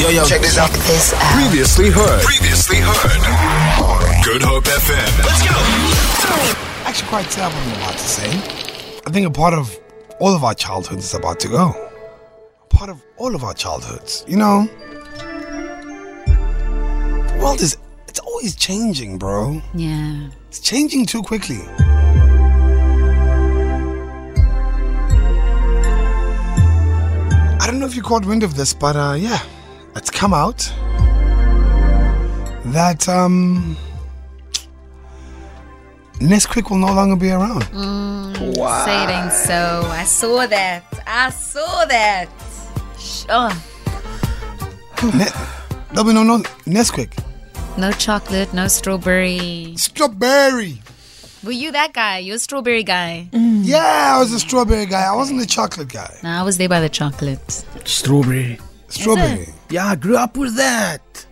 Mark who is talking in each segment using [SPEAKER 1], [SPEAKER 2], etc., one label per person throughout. [SPEAKER 1] Yo, yo, check this out.
[SPEAKER 2] This out.
[SPEAKER 3] Previously heard.
[SPEAKER 1] Previously heard. Good Hope FM. Let's go.
[SPEAKER 4] Actually, quite sad what I'm about to say. I think a part of all of our childhoods is about to go. A part of all of our childhoods. You know, the world is, it's always changing, bro.
[SPEAKER 2] Yeah.
[SPEAKER 4] It's changing too quickly. I don't know if you caught wind of this, but uh, yeah, it's come out that um, Nesquik will no longer be around.
[SPEAKER 2] Say it ain't so. I saw that. I saw that. oh, Sure.
[SPEAKER 4] There'll be no, no Nesquik.
[SPEAKER 2] No chocolate, no strawberry.
[SPEAKER 4] Strawberry.
[SPEAKER 2] Were you that guy? You're a strawberry guy.
[SPEAKER 4] Yeah, I was a strawberry guy. I wasn't a chocolate guy.
[SPEAKER 2] No, I was there by the chocolate.
[SPEAKER 5] Strawberry.
[SPEAKER 4] Strawberry.
[SPEAKER 5] Yeah, I grew up with that.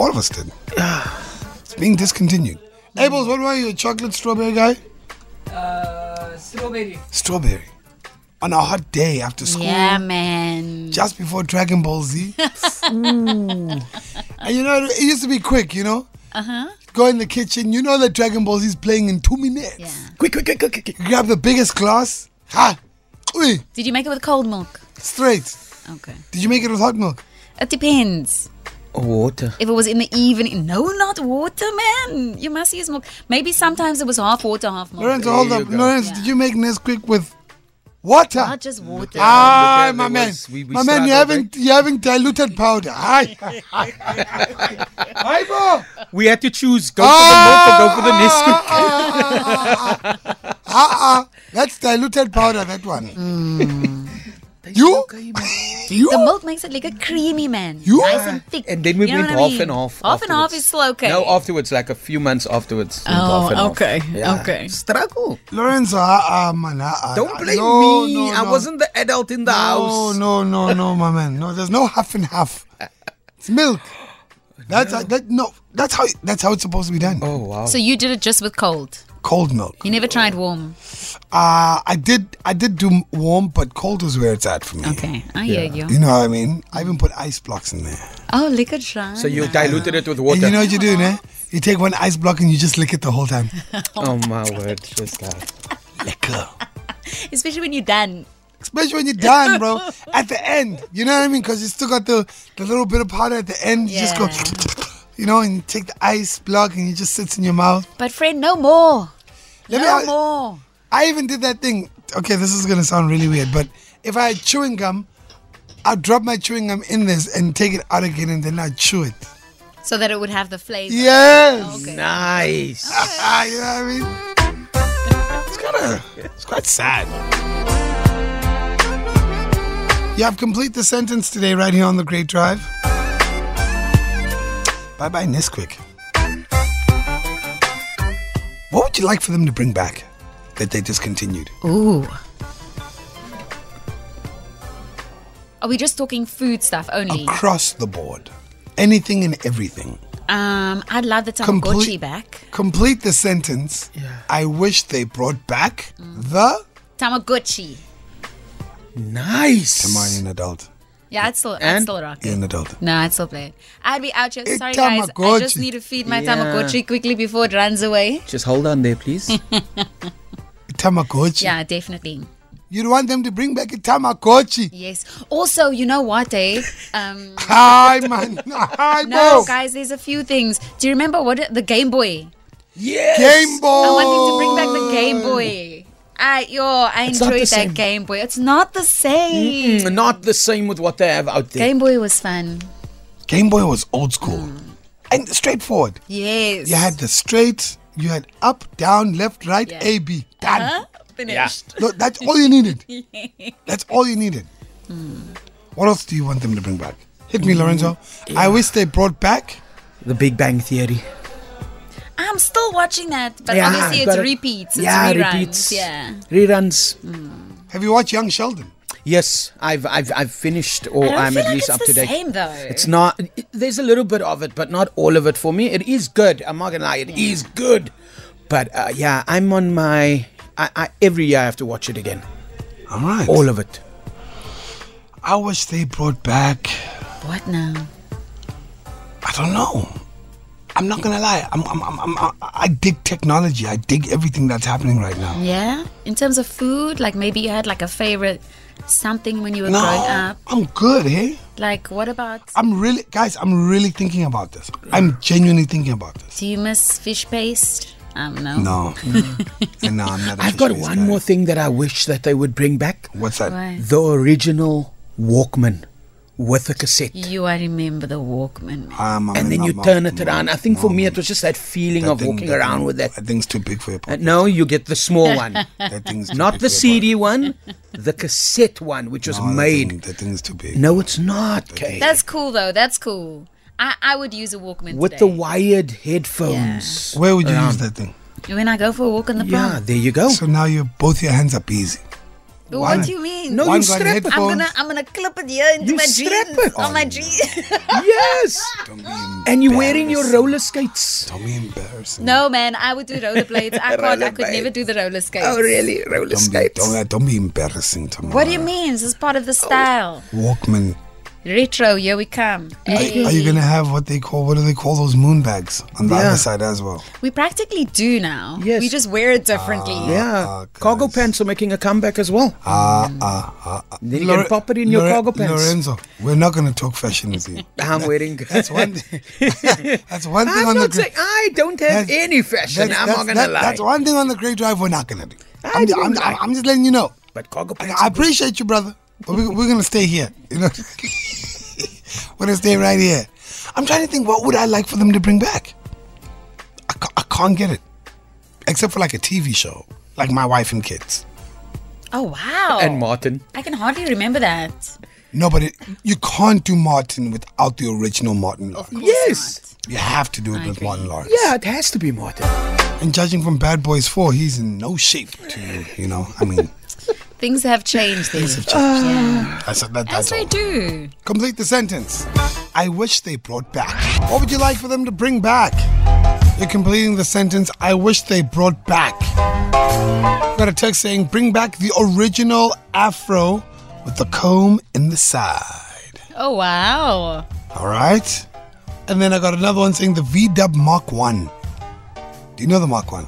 [SPEAKER 4] All of us did. It's being discontinued. Abels, what were you, a chocolate strawberry guy?
[SPEAKER 6] Strawberry.
[SPEAKER 4] Strawberry. On a hot day after school,
[SPEAKER 2] Yeah, man.
[SPEAKER 4] just before Dragon Ball Z. and you know, it used to be quick, you know? Uh
[SPEAKER 2] Uh-huh.
[SPEAKER 4] huh. Go in the kitchen, you know that Dragon Ball Z is playing in two minutes.
[SPEAKER 2] Yeah.
[SPEAKER 5] Quick, quick, quick, quick, quick. quick.
[SPEAKER 4] Grab the biggest glass, ha! Ui,
[SPEAKER 2] Did you make it with cold milk?
[SPEAKER 4] straight.
[SPEAKER 2] Okay.
[SPEAKER 4] Did you make it with hot milk?
[SPEAKER 2] It depends.
[SPEAKER 5] Oh, water.
[SPEAKER 2] If it was in the evening, no, not water, man. You must use milk. Maybe sometimes it was half water, half milk.
[SPEAKER 4] Lorenzo, hold up. Lorenzo,
[SPEAKER 2] Yeah.
[SPEAKER 4] did you make Nesquik with water?
[SPEAKER 2] Not just
[SPEAKER 5] Mm-hmm.
[SPEAKER 2] water.
[SPEAKER 4] Ah,
[SPEAKER 5] Look at
[SPEAKER 4] my
[SPEAKER 5] the
[SPEAKER 4] man,
[SPEAKER 5] ones we- we
[SPEAKER 4] my man, you
[SPEAKER 5] struggled,
[SPEAKER 4] haven't you haven't diluted powder. Hi, hi, bro.
[SPEAKER 5] We had to choose go for the milk or go for the Nesquik.
[SPEAKER 4] Ah, ah, that's diluted powder. That one.
[SPEAKER 2] Mm.
[SPEAKER 4] You, you,
[SPEAKER 2] The milk makes it like a creamy man.
[SPEAKER 4] You-
[SPEAKER 2] nice and thick.
[SPEAKER 5] And then we
[SPEAKER 2] You know
[SPEAKER 5] went
[SPEAKER 2] what I
[SPEAKER 5] half
[SPEAKER 2] mean?
[SPEAKER 5] and half.
[SPEAKER 2] Half and half
[SPEAKER 5] afterwards.
[SPEAKER 2] is slow, okay.
[SPEAKER 5] No, afterwards, like a few months afterwards. went
[SPEAKER 2] Oh,
[SPEAKER 5] half and half.
[SPEAKER 2] okay,
[SPEAKER 5] Yeah.
[SPEAKER 2] okay.
[SPEAKER 5] Struggle.
[SPEAKER 4] Lorenzo. Ah, ah, man. Ah, ah,
[SPEAKER 5] Don't
[SPEAKER 4] ah,
[SPEAKER 5] blame
[SPEAKER 4] no,
[SPEAKER 5] me.
[SPEAKER 4] no,
[SPEAKER 5] I
[SPEAKER 4] no.
[SPEAKER 5] wasn't the adult in the
[SPEAKER 4] No,
[SPEAKER 5] house.
[SPEAKER 4] no, no, no, my man. No, there's no half and half. It's milk. That's how- that. No, that's how that's how it's supposed to be done.
[SPEAKER 5] Oh, wow.
[SPEAKER 2] So you did it just with cold.
[SPEAKER 4] Cold milk.
[SPEAKER 2] You never tried warm.
[SPEAKER 4] Uh, I did I did do warm, but cold was where it's at for me.
[SPEAKER 2] Okay, I hear you.
[SPEAKER 4] You know what I mean? I even put ice blocks in there.
[SPEAKER 2] Oh, liquor try.
[SPEAKER 5] So you diluted it with water.
[SPEAKER 4] And you know what you do, eh? You take one ice block and you just lick it the whole time.
[SPEAKER 5] oh, my word. Just that.
[SPEAKER 4] Liquor.
[SPEAKER 2] Especially when you're done.
[SPEAKER 4] Especially when you're done, bro. At the end. You know what I mean? Because you still got the, the little bit of powder at the end. You just go, you know, and you take the ice block and it just sits in your mouth.
[SPEAKER 2] But friend, no more.
[SPEAKER 4] Let
[SPEAKER 2] no
[SPEAKER 4] me,
[SPEAKER 2] more.
[SPEAKER 4] I even did that thing. Okay, this is going to sound really weird, but if I had chewing gum, I'd drop my chewing gum in this and take it out again and then I'd chew it.
[SPEAKER 2] So that it would have the flavor.
[SPEAKER 4] Yes!
[SPEAKER 5] Nice.
[SPEAKER 4] Ah, you know what I mean? It's kind of, it's quite sad. You have complete the sentence today right here on the Great Drive. Bye bye Nesquik. What would you like for them to bring back that they discontinued?
[SPEAKER 2] Ooh. Are we just talking food stuff only?
[SPEAKER 4] Across the board, anything and everything.
[SPEAKER 2] Um, I'd love the Tamagotchi
[SPEAKER 4] Complete-
[SPEAKER 2] back.
[SPEAKER 4] Complete the sentence. I wish they brought back
[SPEAKER 2] Mm.
[SPEAKER 4] the.
[SPEAKER 2] Tamagotchi.
[SPEAKER 5] Nice.
[SPEAKER 4] Am I an adult?
[SPEAKER 2] Yeah, I'd still, I'd
[SPEAKER 5] And-
[SPEAKER 2] still rock
[SPEAKER 4] You're
[SPEAKER 2] it.
[SPEAKER 4] an adult.
[SPEAKER 2] No, I'd still play it. I'd be out here.
[SPEAKER 4] Hey,
[SPEAKER 2] Sorry, guys. I just
[SPEAKER 4] Tamagotchi.
[SPEAKER 2] need to feed my
[SPEAKER 5] Yeah.
[SPEAKER 2] Tamagotchi quickly before it runs away.
[SPEAKER 5] Just hold on there, please.
[SPEAKER 4] Tamagotchi.
[SPEAKER 2] Yeah, definitely.
[SPEAKER 4] You'd want them to bring back a Tamagotchi.
[SPEAKER 2] Yes. Also, you know what, eh? Um,
[SPEAKER 4] Hi, man. Hi,
[SPEAKER 2] no,
[SPEAKER 4] bro.
[SPEAKER 2] guys, there's a few things. Do you remember what the Game Boy?
[SPEAKER 5] yes.
[SPEAKER 4] Game Boy.
[SPEAKER 2] I want them to bring back the Game Boy. I yo, I
[SPEAKER 5] Oh. not
[SPEAKER 2] enjoyed that
[SPEAKER 5] the same.
[SPEAKER 2] Game Boy. It's not the same.
[SPEAKER 5] Mm, Not the same with what they have out there.
[SPEAKER 2] Game Boy was fun.
[SPEAKER 4] Game Boy was old school
[SPEAKER 2] Mm.
[SPEAKER 4] and straightforward.
[SPEAKER 2] Yes.
[SPEAKER 4] You had the straight, you had up, down, left, right,
[SPEAKER 2] Yeah. Uh-huh.
[SPEAKER 4] A, B. Done.
[SPEAKER 2] Huh? Finished.
[SPEAKER 4] No, that's all you needed. That's all you needed. What else do you want them to bring back? Hit me, Lorenzo. I wish they brought back.
[SPEAKER 5] The Big Bang Theory.
[SPEAKER 2] I'm still watching that, but
[SPEAKER 5] Yeah,
[SPEAKER 2] obviously it's
[SPEAKER 5] got it.
[SPEAKER 2] repeats. It's
[SPEAKER 5] yeah,
[SPEAKER 2] reruns.
[SPEAKER 5] repeats.
[SPEAKER 2] Yeah.
[SPEAKER 5] Reruns.
[SPEAKER 4] Have you watched Young Sheldon?
[SPEAKER 5] Yes, I've I've I've finished, or
[SPEAKER 2] I don't
[SPEAKER 5] Oh, I'm
[SPEAKER 2] feel
[SPEAKER 5] at
[SPEAKER 2] like
[SPEAKER 5] least
[SPEAKER 2] it's
[SPEAKER 5] up
[SPEAKER 2] the
[SPEAKER 5] to date.
[SPEAKER 2] same though.
[SPEAKER 5] It's not. it- there's a little bit of it, but not all of it for me. It is good. I'm not gonna lie. It is good, but uh, yeah, I'm on my. I, I every year I have to watch it again.
[SPEAKER 4] All right.
[SPEAKER 5] All of it.
[SPEAKER 4] I wish they brought back.
[SPEAKER 2] What now?
[SPEAKER 4] don't know. I'm not gonna lie. I'm, I'm, I'm, I'm, I- I dig technology. I dig everything that's happening right now.
[SPEAKER 2] Yeah. In terms of food, like maybe you had like a favorite something when you were
[SPEAKER 4] No,
[SPEAKER 2] growing up.
[SPEAKER 4] I'm good. Hey,
[SPEAKER 2] Like what about?
[SPEAKER 4] I'm really, guys. I'm really thinking about this. I'm genuinely thinking about this.
[SPEAKER 2] Do you miss fish paste? Um, I don't know.
[SPEAKER 4] No, and no, I'm not. a
[SPEAKER 5] I've got
[SPEAKER 4] fish-based
[SPEAKER 5] one
[SPEAKER 4] guy.
[SPEAKER 5] more thing that I wish that they would bring back.
[SPEAKER 4] What's that?
[SPEAKER 2] Why?
[SPEAKER 5] The original Walkman with a cassette.
[SPEAKER 2] You, I remember the Walkman. man.
[SPEAKER 4] Um, I'm
[SPEAKER 5] and then
[SPEAKER 4] not-
[SPEAKER 5] you
[SPEAKER 4] no,
[SPEAKER 5] turn it
[SPEAKER 4] no,
[SPEAKER 5] around. I think for me, it was just that feeling
[SPEAKER 4] that
[SPEAKER 5] of
[SPEAKER 4] thing-
[SPEAKER 5] walking
[SPEAKER 4] that
[SPEAKER 5] around
[SPEAKER 4] thing-
[SPEAKER 5] with that.
[SPEAKER 4] That thing's too big for your pocket.
[SPEAKER 5] Uh, No, you get the small one,
[SPEAKER 4] that thing's too
[SPEAKER 5] not
[SPEAKER 4] big
[SPEAKER 5] the
[SPEAKER 4] for your
[SPEAKER 5] CD one, the cassette one, which was
[SPEAKER 4] pocket. No, that
[SPEAKER 5] made.
[SPEAKER 4] thing- That thing's too big.
[SPEAKER 5] No, it's not, Kay.
[SPEAKER 2] That's cool though. That's cool. I, I would use a Walkman
[SPEAKER 5] With
[SPEAKER 2] today.
[SPEAKER 5] the wired headphones.
[SPEAKER 4] Where would you
[SPEAKER 5] around.
[SPEAKER 4] use that thing?
[SPEAKER 2] when I go for a walk in the
[SPEAKER 5] Yeah,
[SPEAKER 2] park.
[SPEAKER 5] there you go.
[SPEAKER 4] So now you both your hands are busy.
[SPEAKER 2] But
[SPEAKER 4] why?
[SPEAKER 2] what do you mean?
[SPEAKER 5] No,
[SPEAKER 4] One
[SPEAKER 5] you
[SPEAKER 4] got
[SPEAKER 5] strap it.
[SPEAKER 2] I'm
[SPEAKER 4] headphones.
[SPEAKER 2] gonna I'm gonna clip it here into
[SPEAKER 5] You
[SPEAKER 2] my
[SPEAKER 5] strap
[SPEAKER 2] jeans
[SPEAKER 5] it
[SPEAKER 2] on my
[SPEAKER 4] on.
[SPEAKER 2] jeans.
[SPEAKER 5] yes.
[SPEAKER 4] Don't be
[SPEAKER 5] And you're wearing your
[SPEAKER 4] embarrassing.
[SPEAKER 5] roller skates.
[SPEAKER 4] Don't be embarrassing.
[SPEAKER 2] no man, I would do rollerblades. I can't. I could
[SPEAKER 5] Rollerblades.
[SPEAKER 2] never do the roller skates.
[SPEAKER 5] Oh, really? Roller
[SPEAKER 4] Don't be,
[SPEAKER 5] skates.
[SPEAKER 4] don't, uh, don't be embarrassing to me.
[SPEAKER 2] What do you mean? This is part
[SPEAKER 5] Oh.
[SPEAKER 2] of the style.
[SPEAKER 4] Walkman.
[SPEAKER 2] Retro, here we come.
[SPEAKER 4] Are,
[SPEAKER 2] Hey.
[SPEAKER 4] are you gonna have what they call what do they call those moon bags on the
[SPEAKER 5] Yeah. Mm.
[SPEAKER 4] other side as well?
[SPEAKER 2] we practically do now.
[SPEAKER 5] Yes. Uh,
[SPEAKER 2] We just wear it differently.
[SPEAKER 5] Yeah.
[SPEAKER 4] Ah,
[SPEAKER 5] cargo
[SPEAKER 4] guys.
[SPEAKER 5] pants are making a comeback as well.
[SPEAKER 4] Ah ah ah. ah.
[SPEAKER 5] Then you can
[SPEAKER 4] Lore-
[SPEAKER 5] pop it in your
[SPEAKER 4] Lore-
[SPEAKER 5] cargo pants.
[SPEAKER 4] Lorenzo, we're not gonna talk fashion with you.
[SPEAKER 5] I'm wearing.
[SPEAKER 4] That's one. thing- that's one thing on
[SPEAKER 5] I'm not
[SPEAKER 4] the.
[SPEAKER 5] saying I don't have
[SPEAKER 4] That's-
[SPEAKER 5] any fashion. I'm not gonna
[SPEAKER 4] that-
[SPEAKER 5] lie.
[SPEAKER 4] That's one thing on the great drive we're not gonna do.
[SPEAKER 5] I
[SPEAKER 4] I'm,
[SPEAKER 5] don't
[SPEAKER 4] I'm,
[SPEAKER 5] lie.
[SPEAKER 4] I'm just letting you know.
[SPEAKER 5] But cargo
[SPEAKER 4] I,
[SPEAKER 5] pants.
[SPEAKER 4] I
[SPEAKER 5] are good.
[SPEAKER 4] appreciate you, brother, but we, we're gonna stay here. You know, we're gonna stay right here. I'm trying to think what would I like for them to bring back. I, ca- I can't get it, except for like a TV show, like my wife and kids.
[SPEAKER 2] Oh wow.
[SPEAKER 5] and Martin.
[SPEAKER 4] Oh.
[SPEAKER 2] I can hardly remember that.
[SPEAKER 4] No, but it, you can't do Martin without the original Martin Lawrence.
[SPEAKER 5] Yes.
[SPEAKER 4] You have to do it
[SPEAKER 2] I
[SPEAKER 4] with
[SPEAKER 2] agree.
[SPEAKER 4] Martin Lawrence.
[SPEAKER 5] Yeah, it has to be Martin.
[SPEAKER 4] And judging from Bad Boys 4, he's in no shape to, you know, I mean,
[SPEAKER 2] Things have changed. Things have changed.
[SPEAKER 4] Ah.
[SPEAKER 2] yeah.
[SPEAKER 4] that's, that, that's
[SPEAKER 2] As
[SPEAKER 4] all.
[SPEAKER 2] they do.
[SPEAKER 4] Complete the sentence. I wish they brought back. What would you like for them to bring back? You're completing the sentence. I wish they brought back. Got a text saying, "Bring back the original afro with the comb in the side."
[SPEAKER 2] Oh wow.
[SPEAKER 4] All right. And then I got another one saying the VW Mark One. Do you know the Mark One?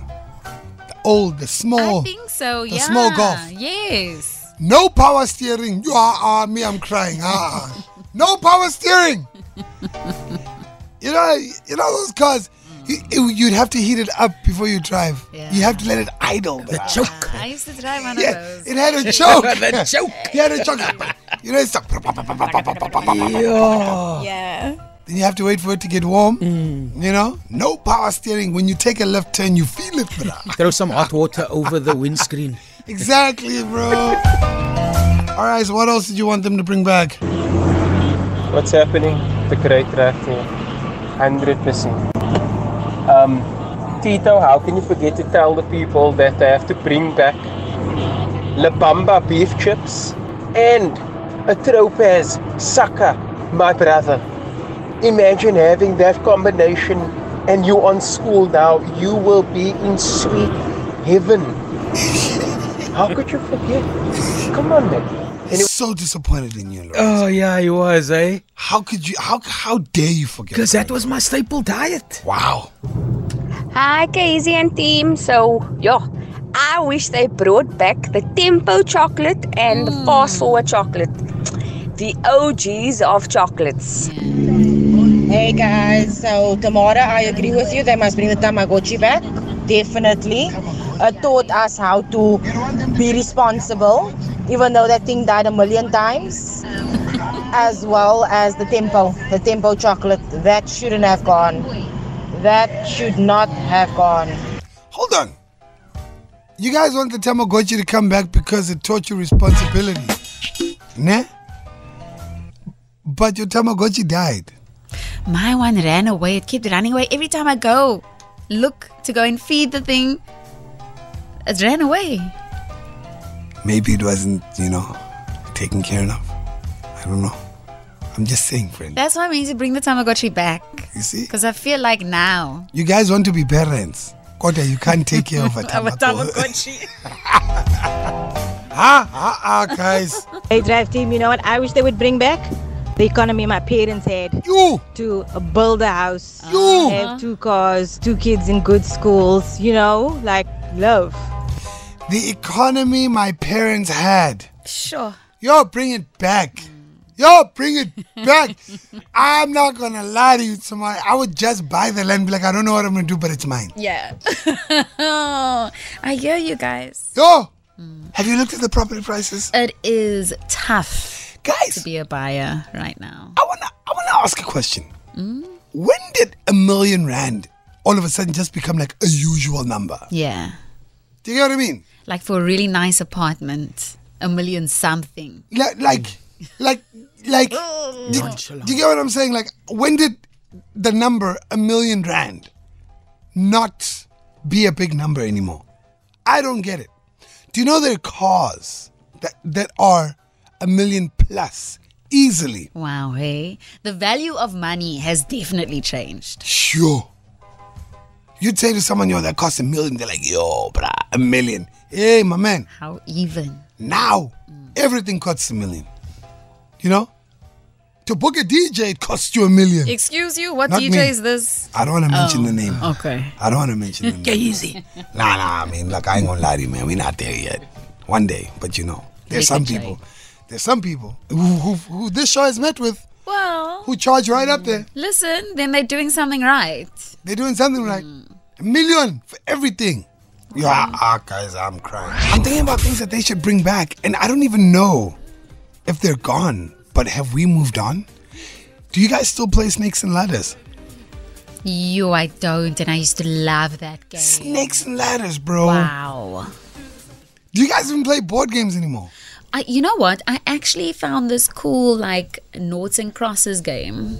[SPEAKER 4] The old, the small.
[SPEAKER 2] I think so.
[SPEAKER 4] the
[SPEAKER 2] yeah.
[SPEAKER 4] Oh, small golf.
[SPEAKER 2] Yes.
[SPEAKER 4] No power steering. You are ah, me. I'm crying. Ah, no power steering. you know, you know those cars. You, you- you'd have to heat it up before you drive.
[SPEAKER 2] Yeah.
[SPEAKER 4] You have to let it idle.
[SPEAKER 5] The
[SPEAKER 4] bruh.
[SPEAKER 5] choke.
[SPEAKER 2] I used to drive one
[SPEAKER 4] Yeah,
[SPEAKER 2] of those.
[SPEAKER 4] it had a choke.
[SPEAKER 5] Oh, the choke.
[SPEAKER 4] You had a choke. You know, it's like,
[SPEAKER 5] Yeah.
[SPEAKER 2] Yeah.
[SPEAKER 4] then you have to wait for it to get warm.
[SPEAKER 2] Mm.
[SPEAKER 4] You know, no power steering. When you take a left turn, you feel it, bruh.
[SPEAKER 5] Throw some hot water over the windscreen.
[SPEAKER 4] Exactly, bro. All right, so what else did you want them to bring back?
[SPEAKER 3] What's happening? The great draft here. 100%. Um, Tito, how can you forget to tell the people that they have to bring back La Bamba beef chips and a Tropez sucker, my brother? Imagine having that combination and you on school now. You will be in sweet heaven. how could you forget? Come on, man.
[SPEAKER 4] So disappointed in you, Lawrence.
[SPEAKER 5] Oh yeah, he was, eh?
[SPEAKER 4] How could you? How how dare you forget?
[SPEAKER 5] Because that was my staple diet.
[SPEAKER 4] wow.
[SPEAKER 6] Hi, Casey and team. So, yeah, I wish they brought back the Tempo chocolate and the Fast Forward chocolate, the OGs of chocolates.
[SPEAKER 7] Hey guys, so Tamara, I agree with you. They must bring the Tamagotchi back, definitely. It taught us how to be responsible, even though that thing died a million times. as well as the Tempo, the Tempo chocolate. That shouldn't have gone. That should not have gone.
[SPEAKER 4] Hold on. You guys want the Tamagotchi to come back because it taught you responsibility, ne? But your Tamagotchi died.
[SPEAKER 2] My one ran away. It kept running away every time I go. Look to go and feed the thing. It ran away.
[SPEAKER 4] Maybe it wasn't, you know, taken care enough. I don't know. I'm just saying, friend.
[SPEAKER 2] That's why I mean to bring the Tamagotchi back.
[SPEAKER 4] You see,
[SPEAKER 2] Because I feel like now.
[SPEAKER 4] you guys want to be parents. Kota, you can't take care of a
[SPEAKER 2] I'm a
[SPEAKER 4] Tamagotchi.
[SPEAKER 2] Tamagotchi.
[SPEAKER 4] ah, ah, ah, guys.
[SPEAKER 8] Hey, Drive Team, you know what I wish they would bring back? the economy my parents had
[SPEAKER 4] You!
[SPEAKER 8] to build a house,
[SPEAKER 4] You!
[SPEAKER 8] have two cars, two kids in good schools, you know, like love.
[SPEAKER 4] The economy my parents had.
[SPEAKER 2] Sure.
[SPEAKER 4] Yo, bring it back. Yo, bring it back. I'm not gonna lie to you tomorrow. I would just buy the land, be like, I don't know what I'm gonna do, but it's mine.
[SPEAKER 2] Yeah. I hear you guys.
[SPEAKER 4] Yo, have you looked at the property prices?
[SPEAKER 2] It is tough to
[SPEAKER 4] Guys,
[SPEAKER 2] be a buyer right now.
[SPEAKER 4] I wanna I wanna ask a question. When did a million rand all of a sudden just become like a usual number?
[SPEAKER 2] Yeah.
[SPEAKER 4] Do you get what I mean?
[SPEAKER 2] Like for a really nice apartment, a million something.
[SPEAKER 4] Like like like like do, do you get what I'm saying? Like when did the number a million rand not be a big number anymore? I don't get it. Do you know there are cars that that are a million plus easily?
[SPEAKER 2] Wow, hey. The value of money has definitely changed.
[SPEAKER 4] Sure. You'd say to someone, yo, that costs a million. They're like, yo, bruh, a million. Hey, my man,
[SPEAKER 2] How even?
[SPEAKER 4] now everything costs a million. You know? To book a DJ, it costs you a million.
[SPEAKER 2] Excuse you? What
[SPEAKER 4] Not
[SPEAKER 2] DJ
[SPEAKER 4] me.
[SPEAKER 2] is this? Oh.
[SPEAKER 4] I don't want to mention the name.
[SPEAKER 2] Okay.
[SPEAKER 4] I don't want to mention the name. Oh. Get easy. Nah, nah, I mean, look, I ain't going to lie to you, man. We're not there yet. One day, but you know, there's
[SPEAKER 2] We
[SPEAKER 4] some
[SPEAKER 2] can
[SPEAKER 4] people. There's some people who, who, who this show has met with
[SPEAKER 2] Well,
[SPEAKER 4] who charge right up there.
[SPEAKER 2] listen, then they're doing something right.
[SPEAKER 4] They're doing something right. A million for everything. Yeah, ah, guys, I'm crying. I'm thinking about things that they should bring back, and I don't even know if they're gone. But have we moved on? Do you guys still play Snakes and Ladders?
[SPEAKER 2] You, I don't, and I used to love that game.
[SPEAKER 4] Snakes and Ladders, bro.
[SPEAKER 2] Wow.
[SPEAKER 4] Do you guys even play board games anymore?
[SPEAKER 2] I, you know what? I actually found this cool, like, noughts and crosses game.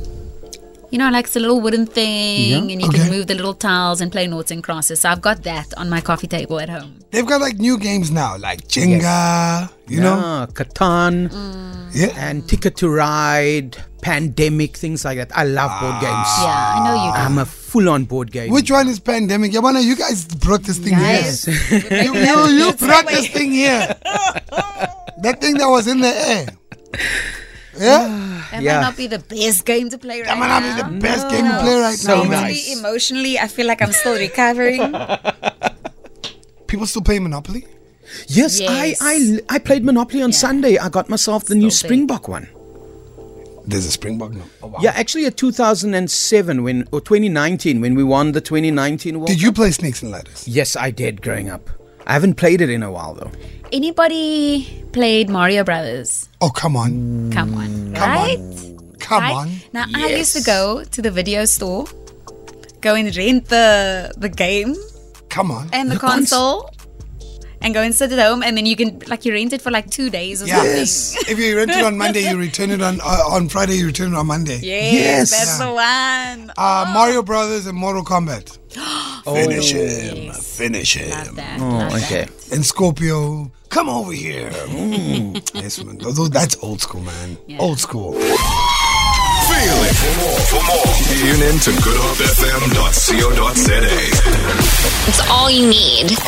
[SPEAKER 2] You know, like it's a little wooden thing, and you
[SPEAKER 4] Okay.
[SPEAKER 2] can move the little tiles and play noughts and crosses. So I've got that on my coffee table at home.
[SPEAKER 4] They've got like new games now, like Jenga, you know?
[SPEAKER 5] Yeah, Catan
[SPEAKER 4] Yeah.
[SPEAKER 5] and Ticket to Ride, Pandemic, things like that. I love board games.
[SPEAKER 2] Yeah, I know you.
[SPEAKER 4] Um,
[SPEAKER 5] I'm a full-on board game.
[SPEAKER 4] Which one is pandemic? Yabana, you guys brought this thing
[SPEAKER 2] Guys.
[SPEAKER 4] here. you, you, you brought this thing here. that thing that was in the air. Yeah?
[SPEAKER 2] That
[SPEAKER 5] Yeah.
[SPEAKER 2] might not be the best game to play right
[SPEAKER 4] That might
[SPEAKER 2] now.
[SPEAKER 4] not be the best game to play right
[SPEAKER 5] So
[SPEAKER 4] now, man.
[SPEAKER 5] nice.
[SPEAKER 2] Mentally, Emotionally, I feel like I'm still recovering.
[SPEAKER 4] People still play Monopoly?
[SPEAKER 5] Yes,
[SPEAKER 2] Yes.
[SPEAKER 5] I, I I played Monopoly on Sunday. I got myself the new Springbok one.
[SPEAKER 4] There's a Springbok now. Oh, wow.
[SPEAKER 5] Yeah, actually, a 2007 when or 2019 when we won the 2019 World.
[SPEAKER 4] Did you play Snakes and Ladders?
[SPEAKER 5] Yes, I did growing up. I haven't played it in a while though.
[SPEAKER 2] Anybody played Mario Brothers?
[SPEAKER 4] Oh, come on.
[SPEAKER 2] Come on, right?
[SPEAKER 4] Come
[SPEAKER 2] right?
[SPEAKER 4] Mm, on.
[SPEAKER 2] Now I used to go to the video store, go and rent the the game
[SPEAKER 4] Come on.
[SPEAKER 2] and the, console, and go and sit at home, and then you can like you rent it for like two days or
[SPEAKER 4] Yes.
[SPEAKER 2] something.
[SPEAKER 4] if you rent it on Monday, you return it on uh, on Friday, you return it on Monday.
[SPEAKER 2] Yes,
[SPEAKER 5] Yes.
[SPEAKER 2] that's the one.
[SPEAKER 4] Uh, Mario Brothers and Mortal Kombat.
[SPEAKER 2] Oh,
[SPEAKER 4] Finish him. Finish him.
[SPEAKER 2] Love that.
[SPEAKER 5] Oh,
[SPEAKER 2] love that.
[SPEAKER 5] okay.
[SPEAKER 4] And Scorpio, come over here. Mm. yes, man. Those- those- That's old school, man. Old school.
[SPEAKER 1] Feel it. For more, for more, tune in to goodhopefm.co.za.
[SPEAKER 9] It's all you need.